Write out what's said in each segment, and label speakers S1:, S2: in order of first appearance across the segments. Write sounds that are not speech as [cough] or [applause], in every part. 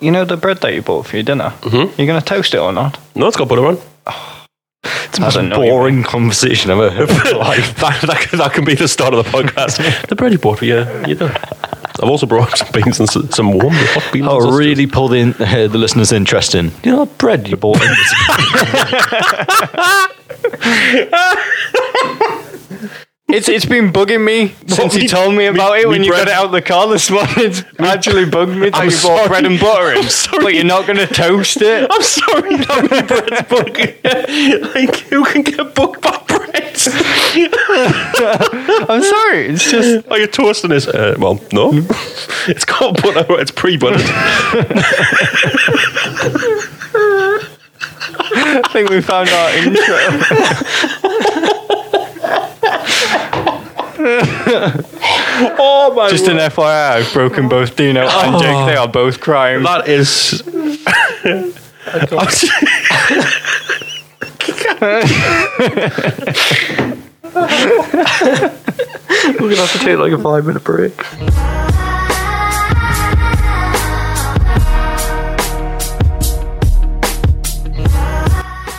S1: You know the bread that you bought for your dinner?
S2: Mhm.
S1: You're going to toast it or not?
S2: No, it's got butter on. [laughs]
S1: It's the most
S3: Boring conversation I've ever heard. in my life.
S2: that, that, can, that can be the start of the podcast. the bread you bought for your, your dinner. I've also brought some beans and s- some warm hot beans. and
S3: Oh,
S2: sausages.
S3: really pull the, in, uh, the listeners' interest in. You know, that bread you bought. in this-
S1: It's it's been bugging
S2: [laughs]
S1: me since
S2: we-
S1: you told me about
S2: we-
S1: it
S2: we
S1: when you
S2: bread-
S1: got it out of the car this
S2: [laughs]
S1: morning. It's actually bugged me that
S2: I'm
S1: you
S2: sorry.
S1: bought bread and butter in,
S2: [laughs] I'm sorry.
S1: but you're not going to toast it.
S2: [laughs] I'm sorry, not my bread's bugging. like, who can get booked by bread?
S1: I'm sorry. It's just
S2: Are you toasting this? Uh, well, no. [laughs] it's got butter. It's pre-buttered.
S1: I think we found our intro.
S2: oh my!
S1: Just an FYI, I've broken both Dino and Jake.
S2: Oh.
S1: They are both crying.
S2: That is. I'm s-
S1: We're gonna have to take like a five minute break.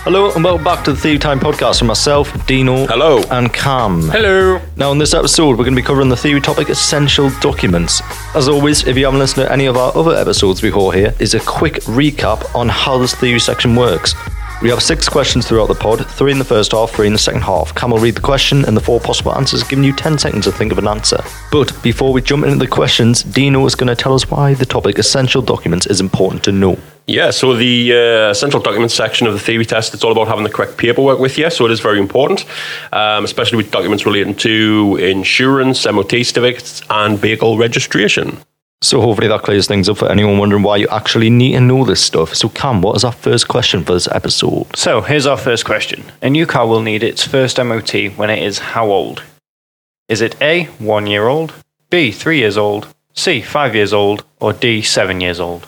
S3: Hello and welcome back to the Thief Time podcast from myself, Dino.
S2: Hello.
S3: And Cam.
S1: Hello.
S3: Now, in this episode, we're going to be covering the theory topic essential documents. As always, if you haven't listened to any of our other episodes before, here is a quick recap on how this theory section works. We have six questions throughout the pod three in the first half, three in the second half. Cam will read the question and the four possible answers, giving you 10 seconds to think of an answer. But before we jump into the questions, Dino is going to tell us why the topic essential documents is important to know.
S2: Yeah, so the uh, essential documents section of the theory test, it's all about having the correct paperwork with you, so it is very important, um, especially with documents relating to insurance, MOT certificates, and vehicle registration.
S3: So, hopefully, that clears things up for anyone wondering why you actually need to know this stuff. So, Cam, what is our first question for this episode?
S1: So here's our first question. A new car will need its first MOT when it is how old? Is it A one year old, B three years old, C five years old, or D seven years old?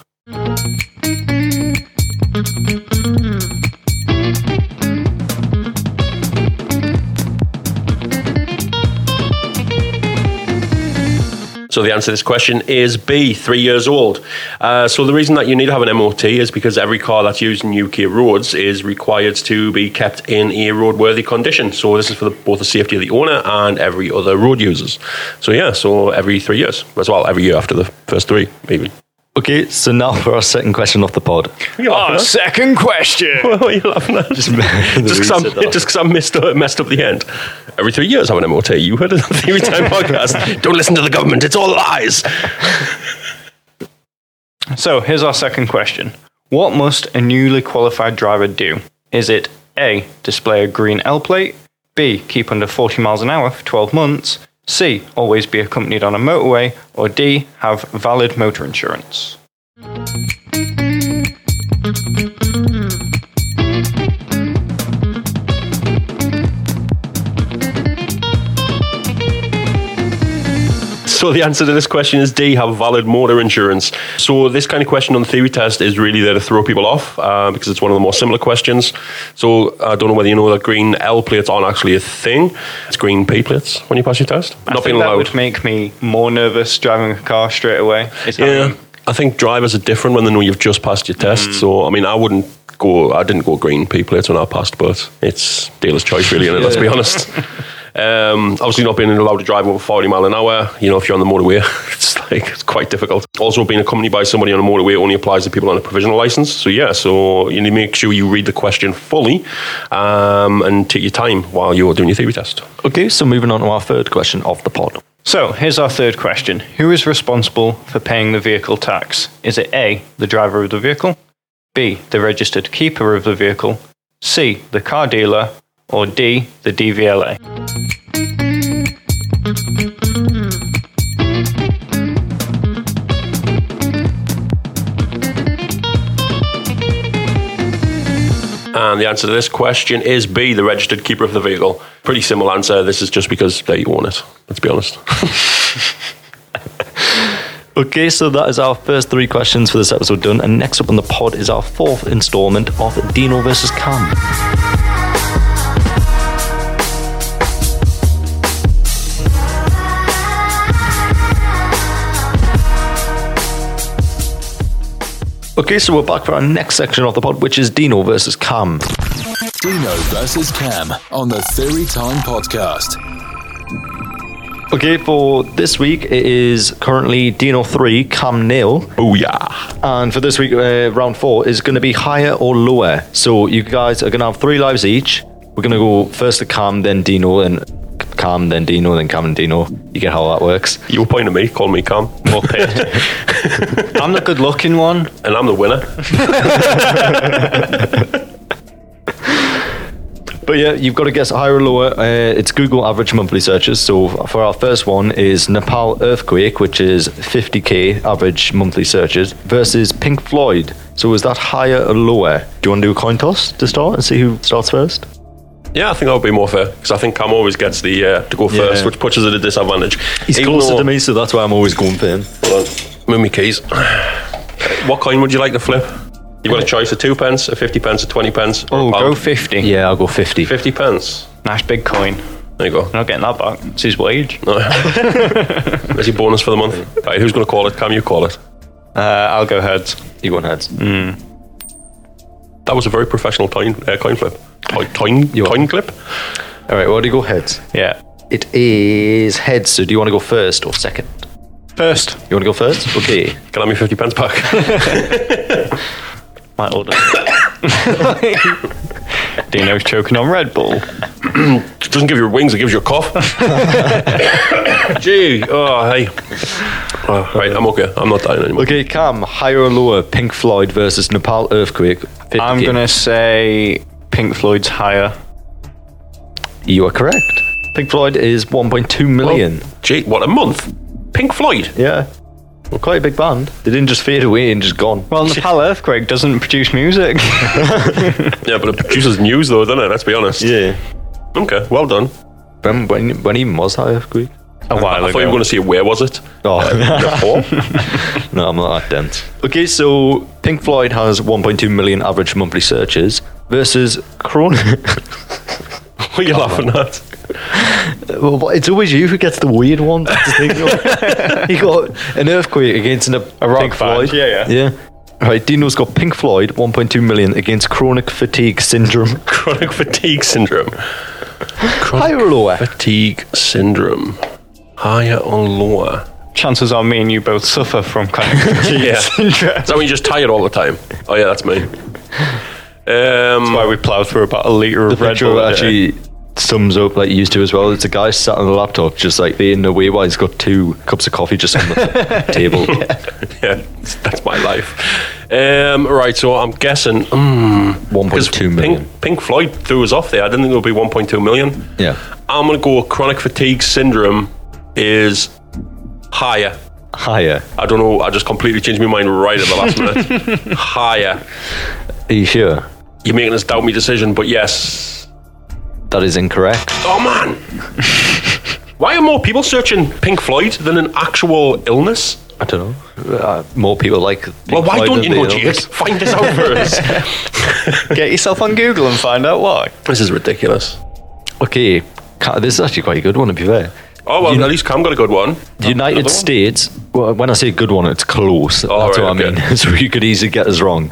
S2: So the answer to this question is B, three years old. Uh, so the reason that you need to have an MOT is because every car that's used in UK roads is required to be kept in a roadworthy condition. So this is for the, both the safety of the owner and every other road users. So yeah, so every three years as well, every year after the first three, even.
S3: Okay, so now for our second question off the pod.
S1: Our second question.
S2: [laughs] What are you laughing at? Just because
S3: way you said
S2: I'm,
S3: that.
S2: just 'cause I missed, uh, messed up the end. Every three years I have an MOT. You heard it on the [laughs] Theory Time [laughs] podcast. Don't listen to the government. It's all lies.
S1: So here's our second question. What must a newly qualified driver do? Is it A, display a green L plate, B, keep under 40 miles an hour for 12 months, C, always be accompanied on a motorway, or D, have valid motor insurance?
S2: So the answer to this question is D, have valid motor insurance. So this kind of question on the theory test is really there to throw people off uh, because it's one of the more similar questions. So I don't know whether you know that green L plates aren't actually a thing. It's green P plates when you pass your test.
S1: I think that would make me more nervous driving a car straight away. It's not- Mm.
S2: Yeah, I think drivers are different when they know you've just passed your test. So I mean, I wouldn't go. I didn't go green P plates when I passed, but it's dealer's choice, really. Isn't it? Let's be
S1: [laughs]
S2: honest. Um, obviously, not being allowed to drive over forty mile an hour. You know, if you're on the motorway, [laughs] it's like it's quite difficult. Also, being accompanied by somebody on a motorway only applies to people on a provisional license. So yeah, so you need to make sure you read the question fully um, and take your time while you're doing your theory test.
S3: Okay, so moving on to our third question off the pod.
S1: So here's our third question. Who is responsible for paying the vehicle tax? Is it A, the driver of the vehicle, B, the registered keeper of the vehicle, C, the car dealer, or D, the DVLA?
S2: And the answer to this question is B, the registered keeper of the vehicle. Pretty simple answer. This is just because they own it. Let's be honest.
S3: Okay, so that is our first three questions for this episode done. And next up on the pod is our fourth installment of Dino versus Cam. Okay, so we're back for our next section of the pod, which is Dino versus Cam.
S4: Dino versus Cam on the Theory Time podcast.
S3: Okay, for this week, it is currently Dino 3, Cam nil.
S2: Oh yeah.
S3: And for this week, uh, round four is going to be higher or lower. So you guys are going to have three lives each. We're going to go first to Cam, then Dino, and Cam, then Dino, then Cam and Dino. You get how that [laughs] works.
S2: You were pointing at me, call me [laughs] Cam, Muppet,
S1: I'm the good looking one.
S2: and I'm the winner.
S3: But yeah, you've got to guess higher or lower. Uh, it's Google average monthly searches. So for our first one is Nepal earthquake, which is 50k average monthly searches, versus Pink Floyd. So is that higher or lower? Do you want to do a coin toss to start and see who starts first?
S2: Yeah, I think that would be more fair because I think Cam always gets the uh, to go first,
S3: Yeah.
S2: which puts us at a disadvantage.
S3: He's
S2: Even
S3: closer
S2: though-
S3: to me, so that's why I'm always going for him.
S2: Hold on. Move me keys. what coin would you like to flip? You've got a choice of two pence, a fifty pence, a twenty pence. Or
S1: Oh,
S2: a
S1: go
S2: pound.
S1: 50.
S3: Yeah, I'll go 50.
S2: fifty pence.
S1: Nice big coin.
S2: There
S3: [laughs]
S2: you go.
S1: Not getting that back. It's his wage.
S2: No. Is your bonus for the
S3: [laughs]
S2: month? Right, who's going to call it? Cam, you call it.
S1: Uh, I'll go heads.
S3: You go on heads. Mm.
S2: That was a very professional coin uh, coin flip. Coin coin,
S3: You're
S2: coin clip.
S3: All right, well, do you go heads?
S1: Yeah.
S3: It is heads. So do you want to go first or second?
S1: First.
S3: You want to go first? Okay.
S2: Can I have my fifty pence back? [laughs]
S1: My order. Dino's choking on Red Bull.
S2: it doesn't give you wings; it gives you a cough. [laughs] Gee, oh hey. Oh, right, I'm okay. I'm not dying anymore.
S3: Okay, Cam, higher or lower? Pink Floyd versus Nepal earthquake. 50K.
S1: I'm going to say Pink Floyd's higher.
S3: You are correct. Pink Floyd is 1.2 million.
S2: Oh, gee, what a month! Pink Floyd.
S3: yeah. Well, quite a big band. They didn't just fade away and just gone.
S1: Well, Nepal Earthquake doesn't produce music. [laughs]
S2: Yeah, but it produces news though, doesn't it? Let's be honest.
S3: [laughs] yeah.
S2: Okay, well done.
S3: When, when, when even was high earthquake?
S1: A while
S2: I thought you were
S1: ago.
S2: going to say where was it?
S3: [laughs] Oh,
S2: [laughs] Nepal.
S3: no, I'm not that dense. Okay, so Pink Floyd has 1.2 million average monthly searches versus Corona.
S2: what are you laughing at?
S3: [laughs] well, what- it's always you who gets the weird one. That's the thing, you're- you got an earthquake against an, a rock
S1: Pink
S3: Floyd.
S1: band. Yeah, yeah.
S3: Yeah. Right, Dino's got Pink Floyd 1.2 million against chronic fatigue syndrome.
S2: Chronic fatigue syndrome.
S3: Higher or lower?
S2: Fatigue syndrome. Higher or lower?
S1: Chances are me and you both suffer from [laughs] chronic
S2: Yeah. Is
S1: syndrome.
S2: that when you're just tired all the time? Oh yeah, that's me. Um,
S1: Why we ploughed through about a litre of
S3: the
S1: Red
S3: picture
S1: Bull. a day.
S3: actually sums up like you used to as well. It's a guy sat on the laptop, just like being away while he's got two cups of coffee just on the table.
S2: yeah, that's my life. Um, right, so I'm guessing. mm, 'cause
S3: 1.2 million.
S2: Pink, Pink Floyd threw us off there. I didn't think it would be 1.2 million.
S3: Yeah,
S2: I'm gonna go. Chronic fatigue syndrome is higher.
S3: higher.
S2: I don't know. I just completely changed my mind right at the last
S3: [laughs]
S2: minute. higher.
S3: Are you sure?
S2: You're making us doubt my decision, but yes.
S3: That is incorrect.
S2: Oh man. Why are more people searching Pink Floyd than an actual illness?
S3: I don't know. Uh, more people like. Pink
S2: Well, why
S3: Floyd
S2: don't
S3: than
S2: you
S3: they
S2: know,
S3: don't.
S2: Jake? Find this out for
S3: [laughs]
S2: us.
S1: Get yourself on Google and find out why.
S2: this is ridiculous.
S3: Okay, ca- this is actually quite a good one to be fair.
S2: Oh well, at least Cam got a good one.
S3: The United
S2: one?
S3: States. Well, when I say good one, it's close.
S2: Oh,
S3: That's
S2: right,
S3: what I
S2: okay.
S3: mean. [laughs] so you could easily get us wrong.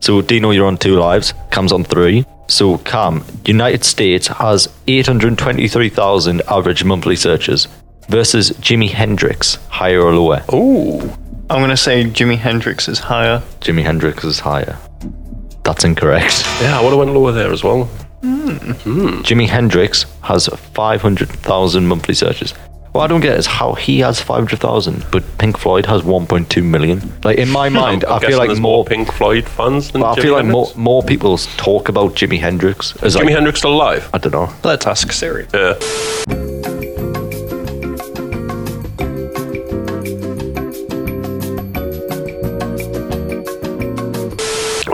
S3: So Dino, you're on two lives. Cam's on three. So Cam, United States has 823,000 average monthly searches versus Jimi Hendrix, higher or lower?
S2: Oh. Ooh,
S1: I'm going to say Jimi Hendrix is higher.
S3: Jimi Hendrix is higher. That's incorrect.
S2: yeah, I would have went lower there as well.
S3: Jimi Hendrix has 500,000 monthly searches. What I don't get is how he has 500,000, but Pink Floyd has 1.2 million. Like in my
S2: [laughs]
S3: mind,
S2: I'm
S3: I feel
S2: guessing
S3: like
S2: there's
S3: more.
S2: Pink Floyd fans than.
S3: But I
S2: Jimi
S3: feel like
S2: Hendrix.
S3: more, more people talk about Jimi Hendrix as
S2: Jimi
S3: like,
S2: Hendrix still alive.
S3: I don't know.
S1: Let's ask Siri.
S2: Yeah.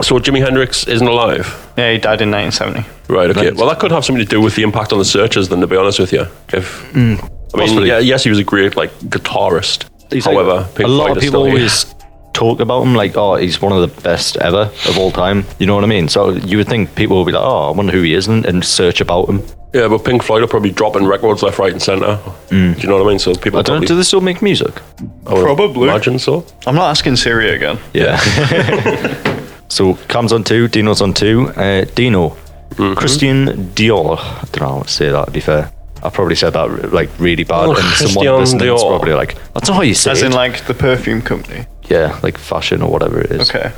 S2: So Jimi Hendrix isn't alive,
S1: Yeah, he died in 1970.
S2: right? Okay. Well, that could have something to do with the impact on the searches. Then, to be honest with you, if I mean,
S3: Possibly.
S2: yeah, yes, he was a great like guitarist.
S3: He's like-
S2: However, Pink
S3: a lot
S2: Floyd
S3: of
S2: is
S3: people
S2: still here.
S3: always talk about him like, oh, he's one of the best ever of all time. You know what I mean? So you would think people would be like, oh, I wonder who he is, and, and search about him.
S2: [laughs] Yeah, but Pink Floyd are probably dropping records left, right, and centre. Do you know what I mean? So people
S3: I don't.
S2: probably,
S3: Do they still make music?
S2: I would
S1: Probably.
S2: imagine so.
S1: I'm not asking Syria again.
S3: Yeah. so Cam's on two, Dino's on two. Uh, Dino, Christian Dior. I don't know how to say that. To be fair, I probably said that re- like really bad,
S2: Oh,
S3: and
S2: Christian
S3: someone listening is
S2: Dior.
S3: probably like, "That's not how you say
S1: As
S3: it."
S1: in, like, the perfume company.
S3: yeah, like fashion or whatever it is.
S1: [laughs] Okay.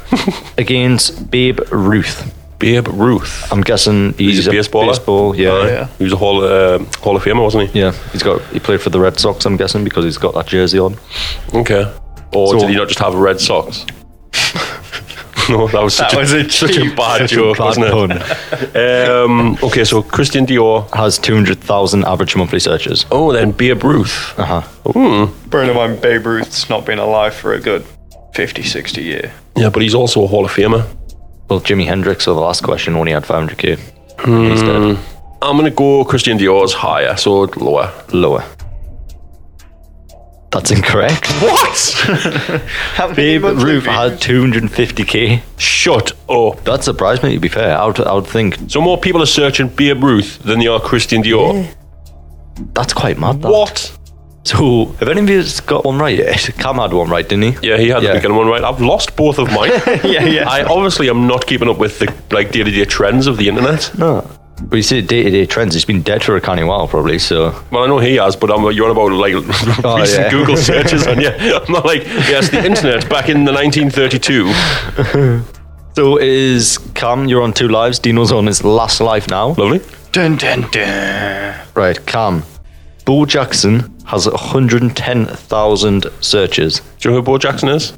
S3: Against Babe Ruth.
S2: Babe Ruth.
S3: I'm guessing he's,
S2: He's a baseballer.
S3: baseball, yeah.
S2: Aye.
S1: yeah.
S2: He was a Hall, uh, Hall of Famer, wasn't he?
S3: Yeah, he's got. He played for the Red Sox. I'm guessing because he's got that jersey on.
S2: Okay. Or
S3: So-
S2: did he not just have red socks? [laughs] no, that was such,
S1: That
S2: a,
S1: was a
S2: [laughs] such a
S1: cheap-
S2: bad
S1: such a
S2: joke,
S3: Bad
S2: wasn't it?
S3: pun.
S2: Um, okay, so Christian Dior.
S3: [laughs] Has 200,000 average monthly searches.
S2: Oh, then Babe Ruth.
S3: Uh huh.
S1: Bearing in mind, Babe Ruth's not been alive for a good 50, 60 year.
S2: Yeah, but he's also a Hall of Famer.
S3: Well, Jimi Hendrix or the last question only had 500k.
S2: Hmm.
S3: He's dead.
S2: I'm going to go Christian Dior's higher, so lower.
S3: Lower. That's incorrect.
S2: [laughs] What?
S1: How many
S3: Babe
S1: monthly
S3: Ruth
S1: views?
S3: had 250k.
S2: Shut up.
S3: That surprised me, to be fair. I would, I would think
S2: So more people are searching Babe Ruth than they are Christian Dior.
S3: that's quite mad. That.
S2: What?
S3: So, have any of you got one right? Cam had one right, didn't he?
S2: Yeah, he had
S3: Yeah.
S2: the beginning one right. I've lost both of mine.
S1: Yeah, yeah.
S2: I obviously am not keeping up with the like day-to-day trends of the internet.
S3: No. But you see, day to day trends, he's been dead for a canny while, probably, so.
S2: Well, I know he has, but I'm, you're on about like [laughs] recent
S3: yeah.
S2: Google searches, and yeah, I'm not like yes, the internet back in the 1932.
S3: So it is Cam, you're on two lives. Dino's on his last life now.
S2: Lovely.
S1: Dun, dun, dun.
S3: Right, Cam. Bo Jackson has 110,000 searches.
S2: Do you know who Bo Jackson is?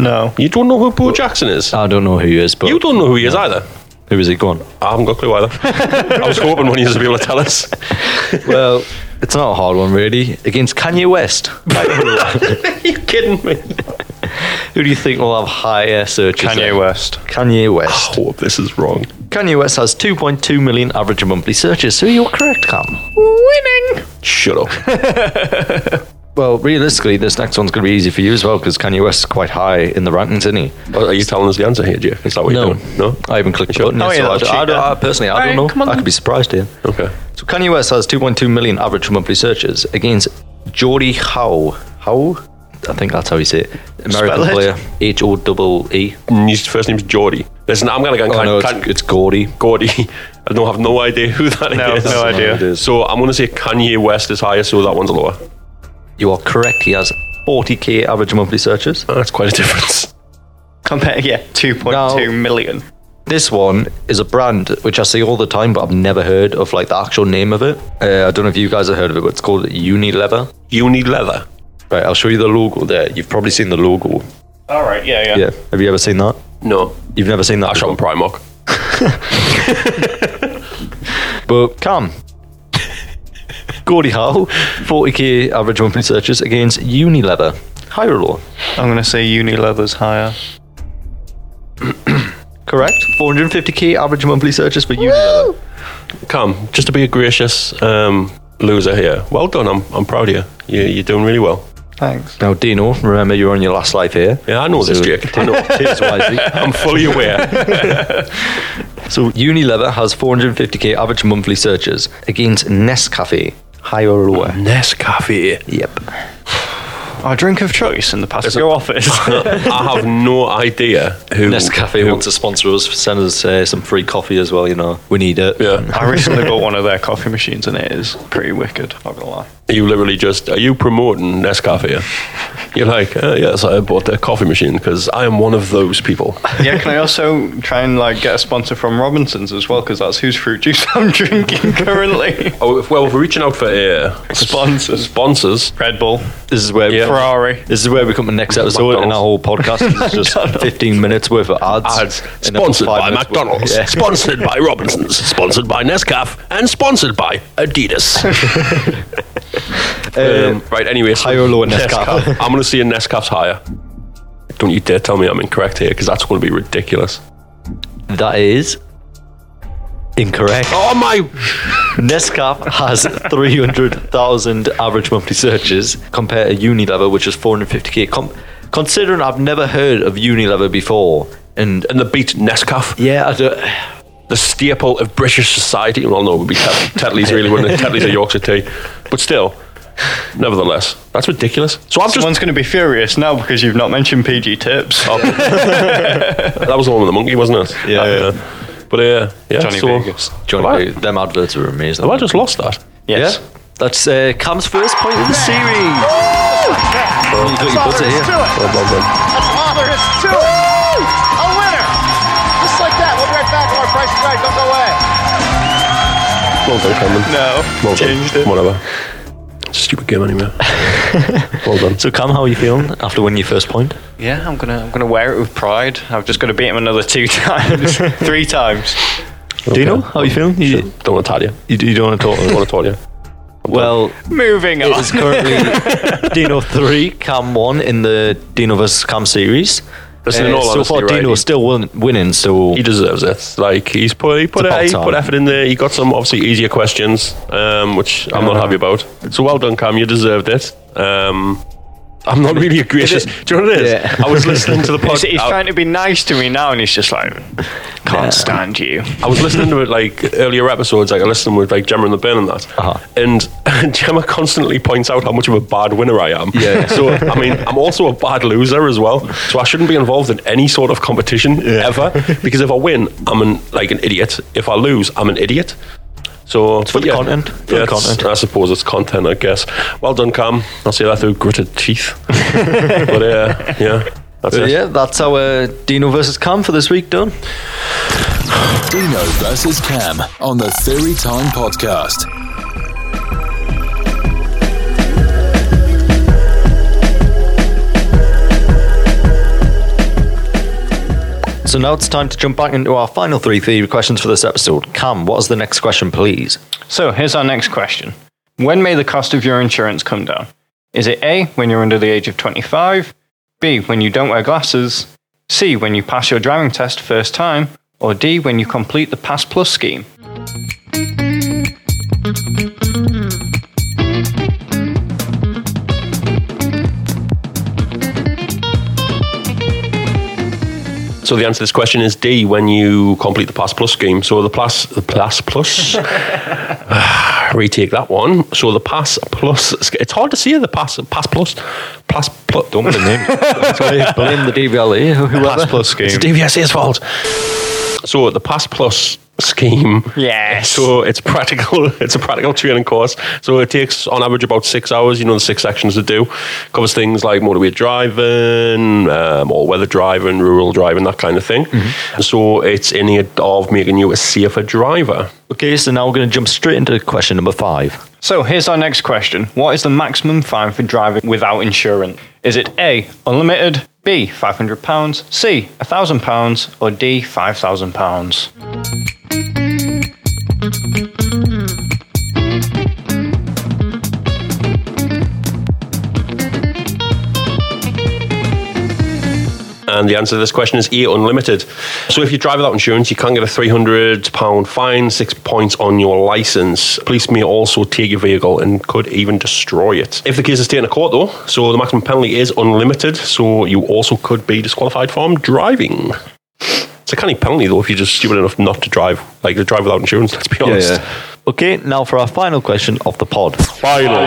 S1: No.
S2: You don't know who Bo Jackson is.
S3: I don't know who he is, but
S2: You don't know who he is either.
S3: who is he gone?
S2: I haven't got a clue either. I was hoping one of you would be able to tell us.
S3: well, [laughs] it's not a hard one, really. Against Kanye [laughs] West.
S2: you kidding me?
S3: Who do you think will have higher searches?
S1: Kanye West.
S3: Kanye West.
S2: Hope this is wrong.
S3: Kanye West has 2.2 million average monthly searches, so you're correct, Cam.
S2: Shut up.
S3: Well, realistically, this next one's going to be easy for you as well because Kanye West's quite high in the rankings, isn't he?
S2: Are you telling us the answer here, Jeff? Is that what
S3: No.
S2: you're doing? No.
S3: I haven't clicked the button.
S1: Oh,
S3: yet,
S1: yeah,
S3: so I,
S1: that'll
S3: don't- I
S1: cheat
S3: don't,
S1: that.
S3: I personally, I
S1: Alright,
S3: don't
S1: come
S3: know.
S1: on
S3: I
S1: then.
S3: could be surprised here.
S2: Okay.
S3: So Kanye West has 2.2 million average monthly searches against Geordie Howe. Howe? I think that's how you say it. American
S1: Spell it.
S3: player. H O double E.
S2: His first name's Geordie. Listen, I'm gonna go.
S3: Oh,
S2: Can,
S3: no,
S2: can,
S3: it's, it's Gordy.
S2: Gordy. I don't have no idea who that is.
S1: No, no idea.
S2: So I'm gonna say Kanye West is higher, so that one's lower.
S3: You are correct. He has 40k average monthly searches.
S2: That's quite a difference. [laughs]
S1: Compare, yeah, two point two million.
S3: This one is a brand which I see all the time, but I've never heard of like the actual name of it. Uh, I don't know if you guys have heard of it, but it's called Unilever.
S2: You need leather.
S3: Right, I'll show you the logo there. You've probably seen the logo.
S1: All right, yeah, yeah.
S3: Yeah. Have you ever seen that?
S2: No,
S3: You've never seen that.
S2: I shot in Primark.
S3: But come. Gordy Howe, 40k average monthly searches against Unilever. Higher or lower?
S1: I'm gonna say Unilever's higher.
S3: Correct. 450k average monthly searches for Unilever.
S2: Come, just to be a gracious um, loser here. Well done. I'm, I'm proud of you. you. You're doing really well.
S1: Thanks.
S3: Now, Dino, remember you're on your last life here.
S2: Yeah, I know this,
S3: So- [laughs]
S2: Jake. I know.
S3: Cheers wisely.
S2: I'm fully aware.
S3: Um, So Unilever has 450k average monthly searches against Nescafe. Higher or lower?
S2: Nescafe.
S3: Yep.
S1: Our drink of choice in the Pasco [laughs] office.
S2: I have no idea who.
S3: Nescafe
S2: who-
S3: wants to sponsor us, send us uh, some free coffee as well, you know. We need it.
S2: Yeah.
S1: I recently bought one of their coffee machines and it is pretty wicked, not gonna lie.
S2: Are you literally just are you promoting Nescafe? You're like, uh, yes, I bought their coffee machine because I am one of those people.
S1: Yeah, can I also try and like get a sponsor from Robinson's as well? Because that's whose fruit juice [laughs] I'm drinking currently.
S2: Oh, if, well, if we're reaching out for uh,
S1: Sponsors.
S2: sponsors,
S1: Red Bull,
S3: This is where we
S1: Ferrari.
S3: This is where we come to the next episode in our whole podcast. [laughs] It's just 15 minutes worth of ads.
S2: ads
S3: and then
S2: sponsored
S3: five
S2: by
S3: minutes worth-
S2: McDonald's,
S3: Yeah.
S2: sponsored by Robinsons, sponsored by Nescafe, and sponsored by [laughs] Adidas. um, right, anyway, so
S3: higher or lower Nescafe?
S2: I'm going to see a Nescafe's higher. Don't you dare tell me I'm incorrect here because that's going to be ridiculous.
S3: That is incorrect.
S2: Oh my!
S3: Nescafe has 300,000 average monthly searches compared to Unilever, which is 450k. Com- considering I've never heard of Unilever before, and
S2: And the beat Nescafe.
S3: yeah, I don't.
S2: the staple of British society. Well, no, it would be Tet- Tetley's really,
S1: [laughs]
S2: wouldn't it? Tetley's a Yorkshire tea. But still, nevertheless, that's ridiculous. So I've just.
S1: Someone's going to be furious now because you've not mentioned PG tips.
S2: That was the one with the monkey, wasn't it?
S3: Yeah, yeah.
S2: But uh, yeah,
S1: Johnny
S2: so,
S1: Vegas.
S3: Johnny,
S2: Have I-
S3: them adverts are amazing.
S2: Have I just lost that?
S1: yes.
S3: Yeah. That's uh, Cam's first point of the series. You've got your buzzer here.
S2: Well, well done.
S5: That's all there is to it. A winner. Just like that. We'll be right back. More price is right. Don't go away.
S1: No.
S2: Well done, Cameron. Well
S1: changed it.
S2: done. Whatever. Stupid game
S1: [laughs]
S2: anyway. well done.
S3: So, Cam, how are you feeling after winning your first point?
S1: Yeah, I'm gonna I'm gonna wear it with pride. I've just got to beat him another two [laughs] times, three times.
S3: Do you know how are you feeling? You,
S2: Don't want to tell you.
S3: you, you don't want to talk.
S2: Don't want to tell you.
S3: Well,
S1: Moving
S3: it
S1: on.
S3: is [laughs] currently Dino 3, Cam 1 in the Dino vs. Cam series.
S2: Listen, in all
S3: so
S2: honesty,
S3: far,
S2: right,
S3: Dino's
S2: he-
S3: still win- winning, so
S2: He deserves it. Like he's put he put e-,
S3: It's a
S2: he
S3: pop
S2: put
S3: time.
S2: effort in there. He got some obviously easier questions, um, which I'm not happy about. So well done, Cam. You deserved it. Um, I'm not really a gracious. Do you know what it is?
S3: Yeah.
S2: I was listening [laughs] to the
S1: He's,
S2: podcast.
S1: he's trying to be nice to me now, and he's just like, can't stand you.
S2: I was listening to it like earlier episodes, like I listened with like Gemma and the Burn and that,
S3: Uh-huh.
S2: and [laughs] Gemma constantly points out how much of a bad winner I am. [laughs]
S3: Yeah.
S2: So I mean, I'm also a bad loser as well. So I shouldn't be involved in any sort of competition
S3: [laughs]
S2: ever because if I win, I'm an, like an idiot. If I lose, I'm an idiot. So it's
S3: for the content, for the content.
S2: I suppose it's content, I guess. Well done, Cam. I'll say that through gritted teeth. [laughs] but uh, yeah, that's
S3: So
S2: it.
S3: yeah, that's our Dino versus Cam for this week done.
S4: Dino versus Cam on the Theory Time Podcast.
S3: So now it's time to jump back into our final three theory questions for this episode. Cam, what is the next question, please?
S1: So here's our next question: When may the cost of your insurance come down? Is it A when you're under the age of 25, B when you don't wear glasses, C when you pass your driving test first time, or D when you complete the Pass Plus scheme?
S2: So the answer to this question is D. When you complete the Pass Plus scheme, so the Pass the Pass Plus, Ah, retake that one. So the Pass Plus, it's hard to see the Pass Pass Plus, Pass Plus. Don't blame me.
S3: [laughs] Blame the DVLE, E, whoever.
S1: Pass Plus scheme.
S2: It's DVSA's fault. So the Pass Plus scheme.
S1: Yes.
S2: So it's practical. [laughs] It's a practical training course. So it takes on average about six hours. You know the six sections to do. Covers things like motorway driving, um, all weather driving, rural driving, that kind of thing. So it's in aid of making you a safer driver.
S3: Okay, so now we're going to jump straight into question number five.
S1: So here's our next question. What is the maximum fine for driving without insurance? Is it A, unlimited, B, £500, C, £1,000, or D, £5,000?
S2: And the answer to this question is E, unlimited. So if you drive without insurance, you can get a £300 fine, six points on your license. Police may also take your vehicle and could even destroy it. If the case is taken to court, though, so the maximum penalty is unlimited, so you also could be disqualified from driving. It's a kind of penalty, though, if you're just stupid enough not to drive, like to drive without insurance, let's be honest.
S3: Okay, now for our final question of the pod.
S2: Final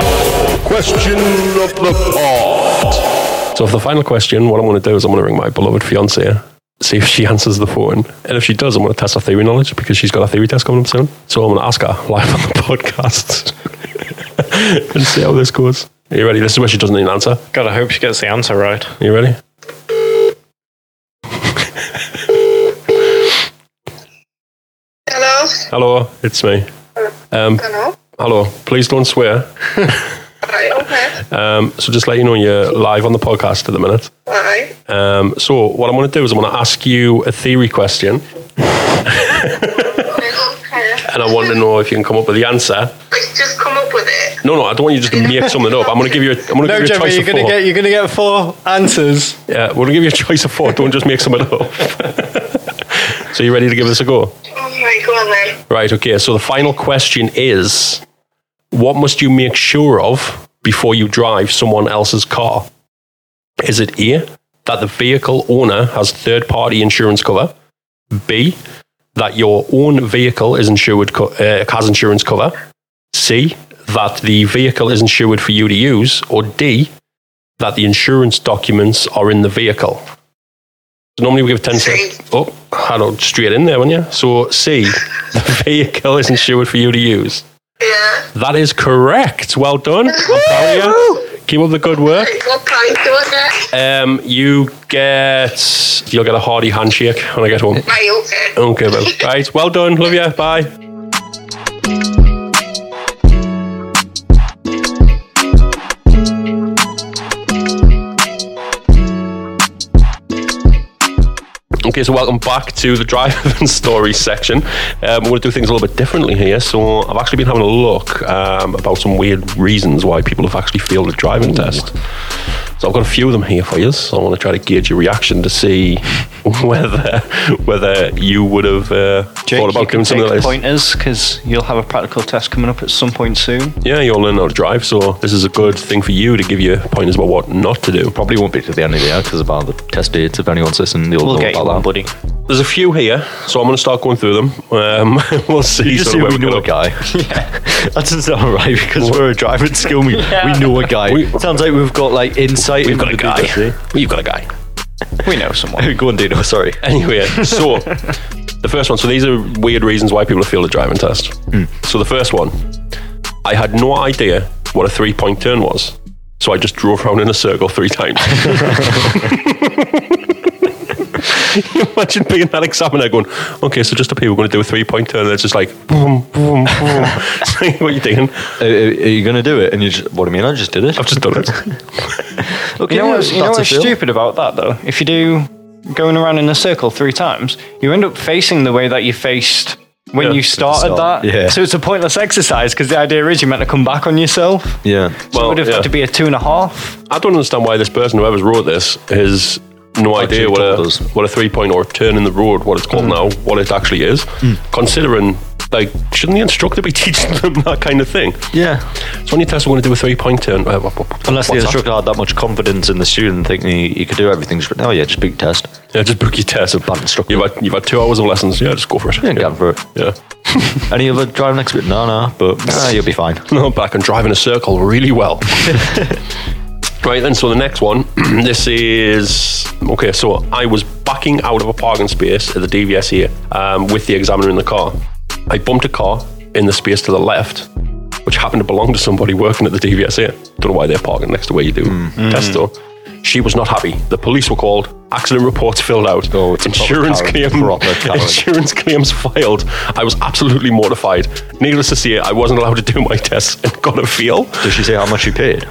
S2: question of the pod. So, for the final question, what I'm going to do is I'm going to ring my beloved fiancée, see if she [laughs] answers the phone. And if she does, I'm going to test her theory knowledge because she's got a theory test coming up soon. So, I'm going to ask her live on the [laughs] podcast and see how this goes. Are you ready? This is where she doesn't need an answer.
S1: God, I hope she gets the answer right.
S2: Are you ready?
S6: Hello.
S2: Hello, it's me. Um,
S6: Hello.
S2: hello, please don't swear.
S6: Hi. Okay.
S2: Um, so, just let you know you're live on the podcast at the minute.
S6: Hi.
S2: Um, so, what I'm going to do is I'm going to ask you a theory question.
S6: Okay.
S2: and I want to know if you can come up with the answer.
S6: Let's just come up with it.
S2: No, no, I don't want you just to make something up. I'm going to give you. A, I'm going to
S1: No,
S2: give you a
S1: Jeffrey,
S2: choice
S1: you're
S2: of
S1: gonna
S2: four.
S1: get you're gonna get four answers.
S2: yeah, we're going to give you a choice of four. Don't just make something up. [laughs] so you ready to give this a go?
S6: Oh my god, then.
S2: Right. Okay. So the final question is, what must you make sure of before you drive someone else's car? Is it A that the vehicle owner has third-party insurance cover? B that your own vehicle is insured, co- uh, has insurance cover. C, that the vehicle is insured for you to use. Or D, that the insurance documents are in the vehicle. So normally we give 10 seconds. Oh, had it straight in there, wouldn't you? So C, [laughs] the vehicle is insured for you to use.
S6: Yeah.
S2: That is correct. Well done. I'm proud of you. Keep up the good work.
S6: What point do I get?
S2: Um, you get you'll get a hearty handshake when I get home.
S6: Right, okay.
S2: Okay, well, right. Well done. Love you. Bye. Okay, so welcome back to the [laughs] driving stories section. Um, we're going to do things a little bit differently here. So I've actually been having a look um, about some weird reasons why people have actually failed a driving test. So I've got a few of them here for you. So I want to try to gauge your reaction to see [laughs] whether whether you would have uh,
S1: Jake,
S2: thought
S1: you
S2: about
S1: can
S2: doing
S1: take
S2: something like this.
S1: pointers because you'll have a practical test coming up at some point soon.
S2: Yeah, you'll learn how to drive. So this is a good thing for you to give you pointers about what not to do.
S3: Probably won't be to the end of the year because of all the test dates. If anyone's listening, they'll
S1: We'll
S3: know
S1: get you
S3: about
S1: one,
S3: that.
S1: buddy.
S2: There's a few here, so I'm going to start going through them. Um, [laughs] we'll see.
S3: You
S2: sort
S3: just say
S2: of where
S3: we
S2: get
S3: know a
S2: up.
S3: [laughs] guy. that doesn't sound right because we're a driving school. [laughs] We, we know a guy.
S2: We-
S3: Sounds like we've got like insight.
S2: We've
S3: into
S2: got a
S3: the [laughs]
S2: guy.
S3: BBC.
S2: We've got a guy.
S1: We know
S3: [laughs]
S1: someone.
S3: Go on, Dino. Sorry.
S2: Anyway, so the first one. So these are weird reasons why people fail a driving test. So the first one, I had no idea what a three-point turn was, so I just drove around in a circle three times. Imagine being that examiner going, okay, so just up here, we're going to do a three-point turn, and it's just like, boom, boom, [laughs] boom. It's like, what are you doing?
S3: Are, are- are you gonna do it? And you just, what do you mean? I just did it.
S2: I've just done it.
S3: Okay,
S1: You know what's, you know
S3: that's a
S1: what's
S3: fail.
S1: stupid about that though? If you do going around in a circle three times, you end up facing the way that you faced when
S2: Yeah,
S1: you
S2: at the
S1: started
S3: start.
S1: that.
S3: Yeah.
S1: So it's a pointless exercise because the idea is you're meant to come back on yourself. So
S3: Yeah.
S1: it would have
S2: yeah.
S1: had to be a two and a half.
S2: I don't understand why this person, whoever's wrote this, has no idea what
S3: told
S2: a,
S3: us. Mm.
S2: what a three point or a turn in the road, what it's called now, what it actually is. Considering, like, shouldn't the instructor be [laughs] teaching them that kind of thing?
S3: Yeah.
S2: So on your test, we're going to do a three point turn. Uh, what- what-
S3: Unless the
S2: what's
S3: instructor had that much confidence in the student thinking he, he could do everything. Just, oh, yeah, just big test.
S2: that? Yeah, just book your test. A
S3: bad instructor.
S2: You've had, you've had two hours of lessons. Yeah, just go for it.
S3: Yeah, go for it.
S2: Yeah. [laughs]
S3: Any other driving expert? No, no, but [laughs] nah, you'll be fine.
S2: No, but I can drive in a circle really well. right then, so the next one, [clears throat] this is okay. So I was backing out of a parking space at the DVS here um, with the examiner in the car. I bumped a car in the space to the left, which happened to belong to somebody working at the DVS here. Don't know why they're parking next to where you do
S3: Mm-hmm.
S2: test though. She was not happy. The police were called. Accident reports filled out.
S3: Oh, it's a proper
S2: insurance
S3: Karen,
S2: claim. [laughs]
S3: proper Karen.
S2: Insurance claims filed. I was absolutely mortified. Needless to say, I wasn't allowed to do my test and got a feel.
S3: Does she say how much you paid?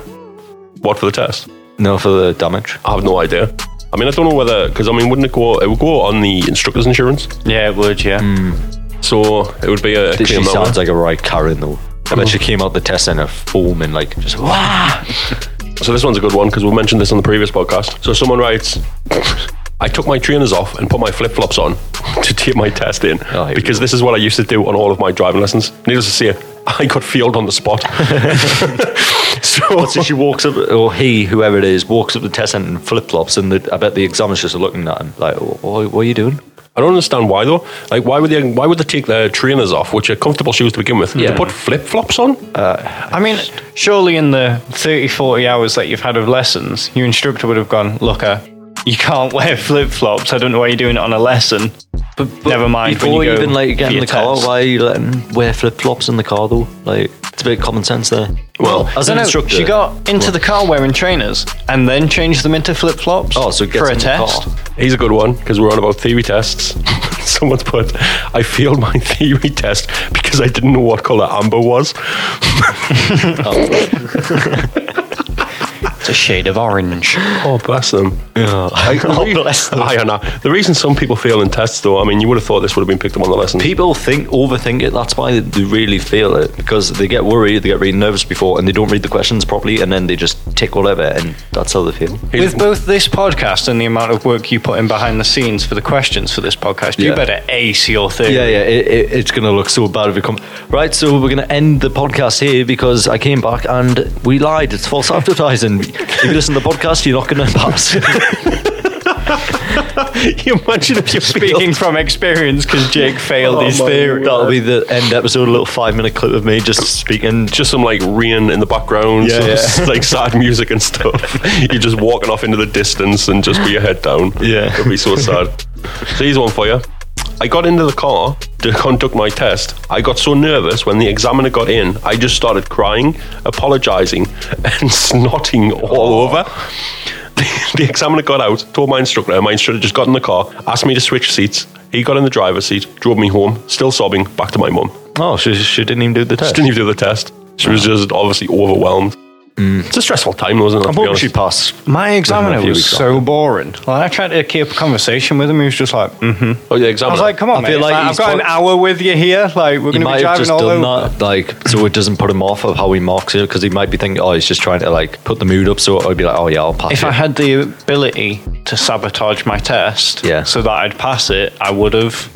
S2: What for the test?
S3: No, for the damage.
S2: I have no idea. I mean, I don't know whether because I mean, wouldn't it go? It would go on the instructor's insurance,
S1: Yeah, it would, yeah.
S2: so it would be a
S3: She
S2: claim that way.
S3: sounds like a right Karen, though. I bet she came out the test center foaming, like, just, wow.
S2: So this one's a good one because we mentioned this on the previous podcast. So someone writes, I took my trainers off and put my flip flops on [laughs] to take my test in
S3: Oh, here we
S2: because this is what I used to do on all of my driving lessons. Needless to say, [laughs] I got failed on the spot.
S3: [laughs]
S2: so
S3: So she walks up, or he, whoever it is, walks up the test center in flip flops, and the, I bet the examiner's just looking at him, like, "Wh- wh- what are you doing?
S2: I don't understand why though. Like, why would they? Why would they take their trainers off, which are comfortable shoes to begin with?
S3: Yeah.
S2: To put flip flops on?
S1: I mean, surely in the 30, 40 hours that you've had of lessons, your instructor would have gone, Looker, you can't [laughs] wear flip flops. I don't know why you're doing it on a lesson. But, never mind. when
S3: Before
S1: you
S3: you
S1: go
S3: even like get
S1: for
S3: in
S1: your
S3: the car,
S1: test.
S3: why are you letting him wear flip flops in the car though? Like it's a bit common sense there.
S2: Well,
S3: as an
S1: No, no,
S3: instructor,
S1: she got into the car wearing trainers and then changed them into flip flops.
S3: oh, so it gets
S1: for a
S3: in the
S1: test.
S3: car.
S2: He's a good one because we're on about theory tests. [laughs] Someone's put, I failed my [laughs] theory test because I didn't know what color amber was.
S1: [laughs] It's a shade of orange.
S2: Oh, bless them. I,
S1: [laughs] Oh, bless them.
S2: I don't know. The reason some people fail in tests, though, I mean, you would have thought this would have been picked up on the lesson.
S3: People think overthink it. That's why they really feel it because they get worried, they get really nervous before, and they don't read the questions properly, and then they just tick whatever, and that's how they feel.
S1: With both this podcast and the amount of work you put in behind the scenes for the questions for this podcast, you
S3: Yeah.
S1: better ace your theory.
S3: Yeah, yeah, it, it, it's going to look so bad if it comes. Right, so we're going to end the podcast here because I came back and we lied. [laughs] It's false advertising. if you listen to the podcast, you're not going to pass.
S1: [laughs]
S2: you imagine if you're
S1: Speaking from experience, because [laughs] Jake failed his theory.
S3: That'll be the end episode, a little five minute clip of me just speaking.
S2: just some like rain in the background,
S3: Yeah,
S2: some,
S3: yeah.
S2: like sad [laughs] music and stuff. [laughs] You're just walking off into the distance and just with your head down.
S3: Yeah.
S2: it'd be
S3: [laughs]
S2: so sad. So here's one for you. I got into the car to conduct my test. I got so nervous when the examiner got in, I just started crying, apologising, [laughs] and snotting
S3: Oh.
S2: all over. the examiner got out, told my instructor, and my instructor just got in the car, asked me to switch seats. He got in the driver's seat, drove me home, still sobbing, back to my mum.
S3: Oh, she, she didn't even do the test.
S2: She didn't even do the test. She was just obviously overwhelmed. It's a stressful time, though, isn't it?
S3: I
S2: Let's be
S3: hope she
S2: honest.
S3: passed.
S1: My examiner
S3: few
S1: was
S3: weeks
S1: so boring. Like, I tried to keep a conversation with him. He was just like, mm-hmm.
S2: Oh, yeah,
S1: I
S2: examiner.
S1: was like, come on,
S3: I feel
S1: mate.
S3: like
S1: Like, I've
S3: he's
S1: got
S3: got-
S1: an hour with you here. Like, we're going
S3: He
S1: to be
S3: might have
S1: driving
S3: just
S1: all
S3: done
S1: over.
S3: that, like, so it doesn't put him off of how he marks it, because he might be thinking, oh, he's just trying to, like, put the mood up, so I'd be like, oh, yeah, I'll pass
S1: If
S3: it.
S1: I had the ability to sabotage my test
S3: Yeah.
S1: so that I'd pass it, I would have.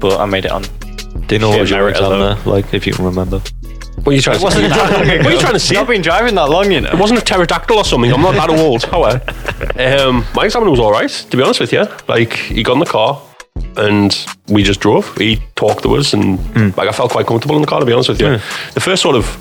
S1: But I made it on.
S3: do you know
S1: Yeah,
S3: what you were
S1: merit
S3: down
S1: alone.
S3: there? Like, if you can remember.
S2: what are you trying
S1: [laughs]
S2: to say? [laughs] What are you trying to say?
S1: I've
S2: It
S1: been driving that long, you know.
S2: wasn't a pterodactyl or something. I'm not that old. However, [laughs] um, my examiner was all right, to be honest with you. Like, he got in the car and we just drove. He talked to us and, like, I felt quite comfortable in the car, to be honest with you. The first sort of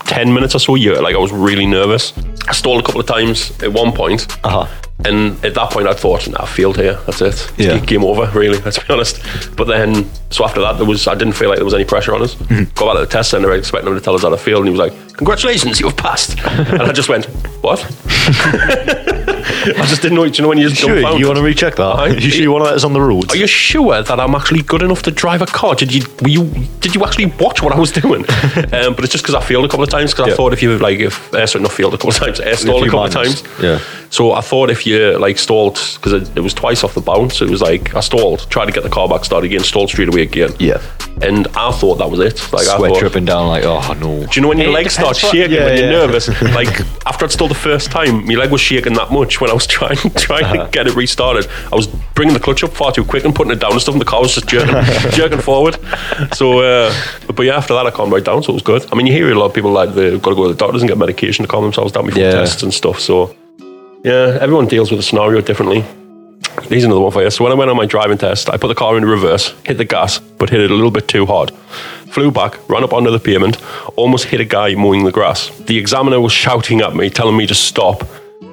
S2: 10 minutes or so, yeah, like, I was really nervous. I stalled a couple of times at one point.
S3: Uh-huh.
S2: And at that point, I thought, nah, failed here. That's it. It's
S3: Yeah.
S2: Game over, really, let's be honest. But then, so after that, there was I didn't feel like there was any pressure on us.
S3: Mm-hmm.
S2: Go back to the test center, expecting him to tell us that I failed. And he was like, congratulations, you've passed. and I just went, what? [laughs] I just didn't know. Do you know when you just
S3: [laughs] Sure,
S2: dumbfounded?
S3: you want to recheck that?
S2: Aye.
S3: you sure you want to let us on the roads?
S2: Are you sure that I'm actually good enough to drive a car? Did you were you did you actually watch what I was
S3: [laughs]
S2: doing? um, but it's just because I failed a couple of times because
S3: Yeah.
S2: I thought if you like if uh, sorry, not failed a couple of times, air stalled a
S3: few
S2: couple of
S3: minors.
S2: times.
S3: Yeah.
S2: So I thought if you like stalled because it, it was twice off the bounce, it was like I stalled, tried to get the car back started again, stalled straight away again.
S3: Yeah.
S2: And I thought that was it. Like I
S3: Sweat
S2: thought,
S3: dripping down, like, oh, no.
S2: do you know when your
S1: It
S2: legs start
S1: depends what-
S2: shaking
S1: Yeah,
S2: when you're
S1: yeah.
S2: nervous? like after I'd stole the first time, my leg was shaking that much when I was [laughs] trying trying
S1: Uh-huh.
S2: to get it restarted. I was bringing the clutch up far too quick and putting it down and stuff, and the car was just
S1: [laughs]
S2: jerking jerking forward. So, uh, but yeah, after that I calmed right down, so it was good. I mean, you hear a lot of people like they've got to go to the doctors and get medication to calm themselves down before
S3: Yeah.
S2: tests and stuff. So, yeah, everyone deals with the scenario differently. Here's another one for you. So when I went on my driving test, I put the car in reverse, hit the gas, but hit it a little bit too hard. Flew back, ran up onto the pavement, almost hit a guy mowing the grass. The examiner was shouting at me, telling me to stop.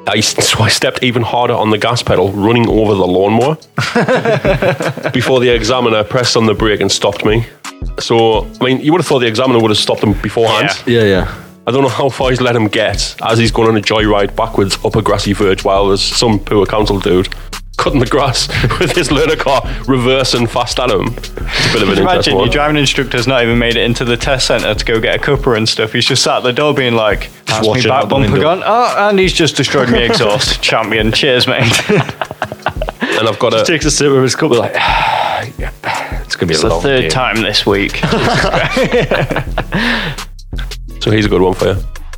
S2: I, [laughs] so I stepped even harder on the gas pedal, running over the lawnmower. [laughs] before the examiner pressed on the brake and stopped me. So, I mean, you would have thought the examiner would have stopped him beforehand.
S1: Yeah.
S3: Yeah, yeah.
S2: I don't know how far he's let him get as he's going on a joyride backwards up a grassy verge while there's some poor council dude cutting the grass [laughs] with his learner car reversing fast at him. It's a bit of
S1: Imagine
S2: an interesting
S1: your
S2: one.
S1: driving instructor's not even made it into the test centre to go get a cuppa and stuff. He's just sat at the door being like, "Pass me
S3: watching
S1: back
S3: out the
S1: bumper
S3: window.
S1: gun." Oh, and he's just destroyed [laughs] me exhaust. Champion, cheers, mate.
S2: and I've got a,
S3: [laughs] Takes a sip of his cup, like, "Oh, it's going to be
S1: It's
S3: a
S1: the
S3: long
S1: third
S3: day.
S1: time this week.
S2: so here's a good one for you.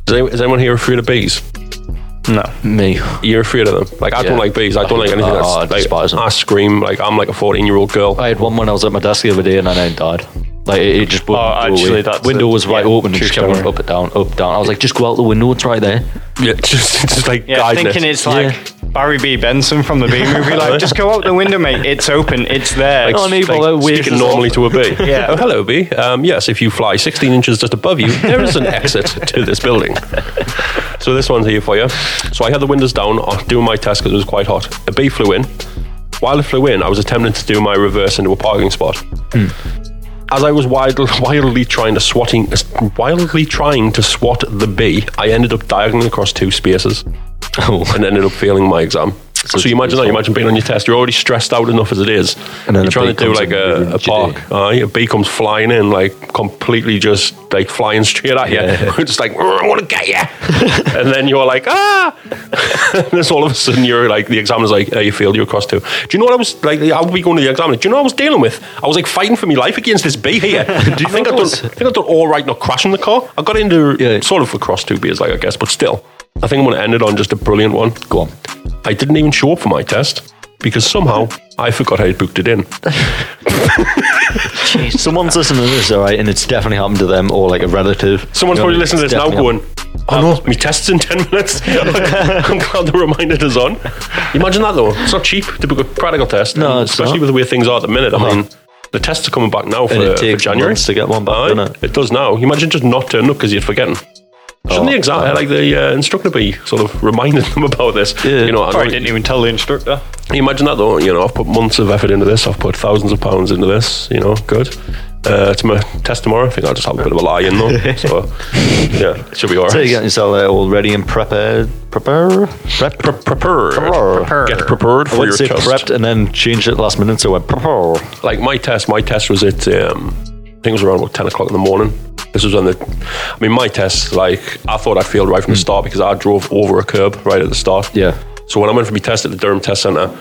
S2: Is, any- is anyone here afraid of bees?
S1: [laughs] no,
S3: Me.
S2: You're afraid of them? Like I
S3: Yeah.
S2: don't like bees. I don't like anything
S3: Oh, I
S2: that's like
S3: despise them.
S2: I scream like I'm like a 14 year old girl.
S3: I had one when I was at my desk the other day and I then died. Like it, it just wouldn't
S1: Oh,
S3: go
S1: actually,
S3: away.
S1: that's
S3: window
S1: a-
S3: was right
S1: yeah,
S3: open and
S1: true
S3: just kept
S1: story.
S3: going up and down, up down. I was like, just go out the window, it's right there.
S2: yeah, [laughs] just just like
S1: yeah,
S2: guiding
S1: thinking
S2: it.
S1: it's like Barry B. Benson from the B movie. Like, just go out the window, mate. It's open. It's there.
S2: Like,
S3: Oh, no,
S2: like
S3: but we're weird
S2: speaking
S3: as
S2: normally to a bee.
S1: Yeah.
S2: Oh, hello, bee. Um, yes, if you fly 16 inches just above you, there is an exit to this building. So this one's here for you. So I had the windows down uh, doing my test because it was quite hot. A bee flew in. While it flew in, I was attempting to do my reverse into a parking spot. As I was wild, [laughs] wildly trying to swatting, wildly trying to swat the bee, I ended up diagonally across two spaces
S3: Oh,
S2: [laughs] and ended up failing my exam. So,
S3: it's
S2: you imagine that. You imagine being on your test. You're already stressed out enough as it is.
S3: And then
S2: you're
S3: a
S2: trying
S3: bee
S2: to do
S3: comes
S2: like
S3: in and
S2: a, a
S3: ruins your
S2: park. Uh, a bee comes flying in, like completely just like flying straight at you.
S3: Yeah.
S2: [laughs] just like, "Rrr, I want to get
S3: [laughs]
S2: you. and then you're like, ah. and [laughs] then all of a sudden you're like, the examiner's like, hey, you failed. You're across two. Do you know what I was like? I would be going to the examiner. Do you know what I was dealing with? I was like fighting for my life against this bee
S3: [laughs]
S2: here. I, think I, done, I
S3: was-
S2: think I done all right not crashing the car. I got into
S3: Yeah.
S2: sort of across two beers, like I guess, but still. I think I'm going to end it on just a brilliant one.
S3: go on.
S2: I didn't even show up for my test because somehow I forgot I had booked it in.
S3: [laughs] Someone's listening to this, all right, and it's definitely happened to them or like a relative.
S2: Someone's
S3: You know,
S2: probably listening to
S3: it's
S2: this now
S3: definitely
S2: going, oh no, my test's in 10 minutes.
S3: [laughs]
S2: [laughs] I'm glad the reminder is on. Imagine that though. It's not cheap to book a practical test.
S3: No,
S2: and
S3: it's
S2: Especially
S3: not. Uh-huh.
S2: with the way things are at the minute. I mean, the tests are coming back now for,
S3: And it
S2: for
S3: takes
S2: January.
S3: months to get one back,
S2: Aye,
S3: doesn't it?
S2: does now. Imagine just not turning up because you're forgetting.
S3: Oh,
S2: Shouldn't the exam,
S3: uh-huh.
S2: like the uh, instructor be sort of reminding [laughs] them about this?
S3: Yeah.
S2: You know, I
S1: Probably
S2: know,
S1: didn't even tell the instructor.
S2: you imagine that though. You know, I've put months of effort into this. I've put thousands of pounds into this. You know, good. Uh, it's my test tomorrow. I think I'll just have a bit of a lie in though.
S3: [laughs]
S2: So, yeah, it should be alright.
S3: So you're getting yourself uh, all ready and prepared. Prepare? Prep?
S2: Pre- prepared.
S3: Prepare.
S2: Get prepared
S3: I
S2: for
S3: would
S2: your
S3: say
S2: test.
S3: prepped and then changed it last minute, so I went [laughs] prepare.
S2: Like my test, my test was at um, I think it was around about ten o'clock in the morning. This was when the, I mean, my test. Like I thought I failed right from the start because I drove over a curb right at the start.
S3: Yeah.
S2: So when I went for my test at the Durham Test Centre,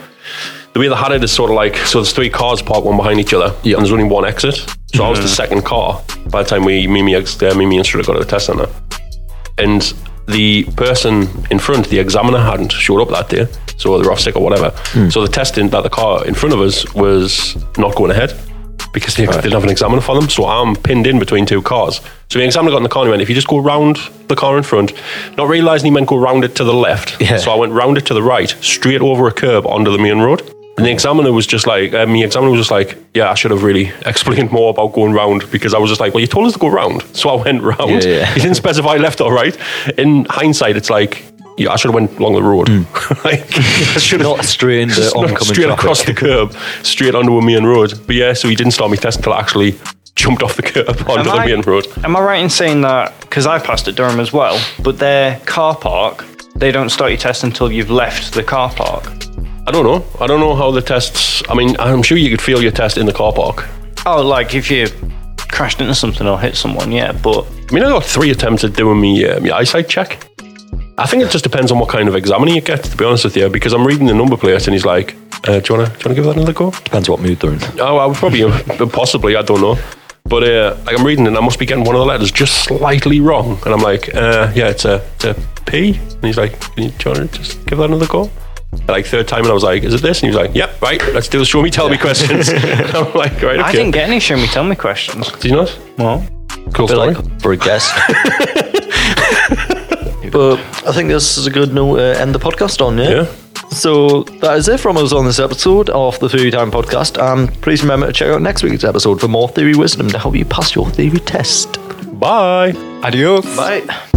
S2: the way they had it is sort of like so there's three cars parked one behind each other, and there's only one exit. So I was the second car by the time we me me ex- uh, me me instructor got to the test centre, and the person in front, the examiner, hadn't showed up that day, so they were off sick or whatever. So the testing that the car in front of us was not going ahead. Because they didn't have an examiner for them, so I'm pinned in between two cars. So the examiner got in the car and he went, "If you just go round the car in front," not realizing he meant go round it to the left.
S3: Yeah.
S2: So I went round it to the right, straight over a curb onto the main road. And the examiner was just like, I mean, the examiner was just like, yeah, I should have really [laughs] explained more about going round because I was just like, well, you told us to go round. So I went round.
S3: Yeah, yeah.
S2: He didn't specify left or right. In hindsight, it's like, yeah, I should have went along the road. [laughs]
S3: [laughs]
S2: like, I should have
S3: Mm. Not straight into
S2: just not
S3: oncoming
S2: straight
S3: traffic.
S2: across the curb, straight onto a main road. But yeah, so he didn't start me testing until I actually jumped off the curb [laughs] onto the
S1: I,
S2: main road.
S1: am I right in saying that? Because I passed at Durham as well, but their car park, they don't start your test until you've left the car park.
S2: I don't know. I don't know how the tests. I mean, I'm sure you could feel your test in the car park.
S1: Oh, like if you crashed into something or hit someone, yeah, but
S2: I mean, I got three attempts at doing me uh, my eyesight check. I think it just depends on what kind of examiner you get, to be honest with you, because I'm reading the number plate and he's like, uh, "Do you wanna, do you wanna give that another go?"
S3: Depends what mood they're in.
S2: Oh, I would probably, possibly, I don't know. But uh, like I'm reading and I must be getting one of the letters just slightly wrong, and I'm like, uh, "Yeah, it's a, it's a P." And he's like, Can you, "Do you wanna just give that another go?" And, like third time, and I was like, "Is it this?" And he was like, "Yep, right. Let's do the show me, tell me questions." [laughs] I'm like, "Right, okay."
S1: I didn't get any show me tell me questions.
S2: Did you not?
S1: Well,
S2: Cool
S3: But
S2: story.
S3: like for a guess. [laughs] but I think this is a good note to end the podcast on, yeah?
S2: yeah.
S3: So that is it from us on this episode of the Theory Time podcast. Um, please remember to check out next week's episode for more theory wisdom to help you pass your theory test.
S2: Bye.
S1: adios. Bye.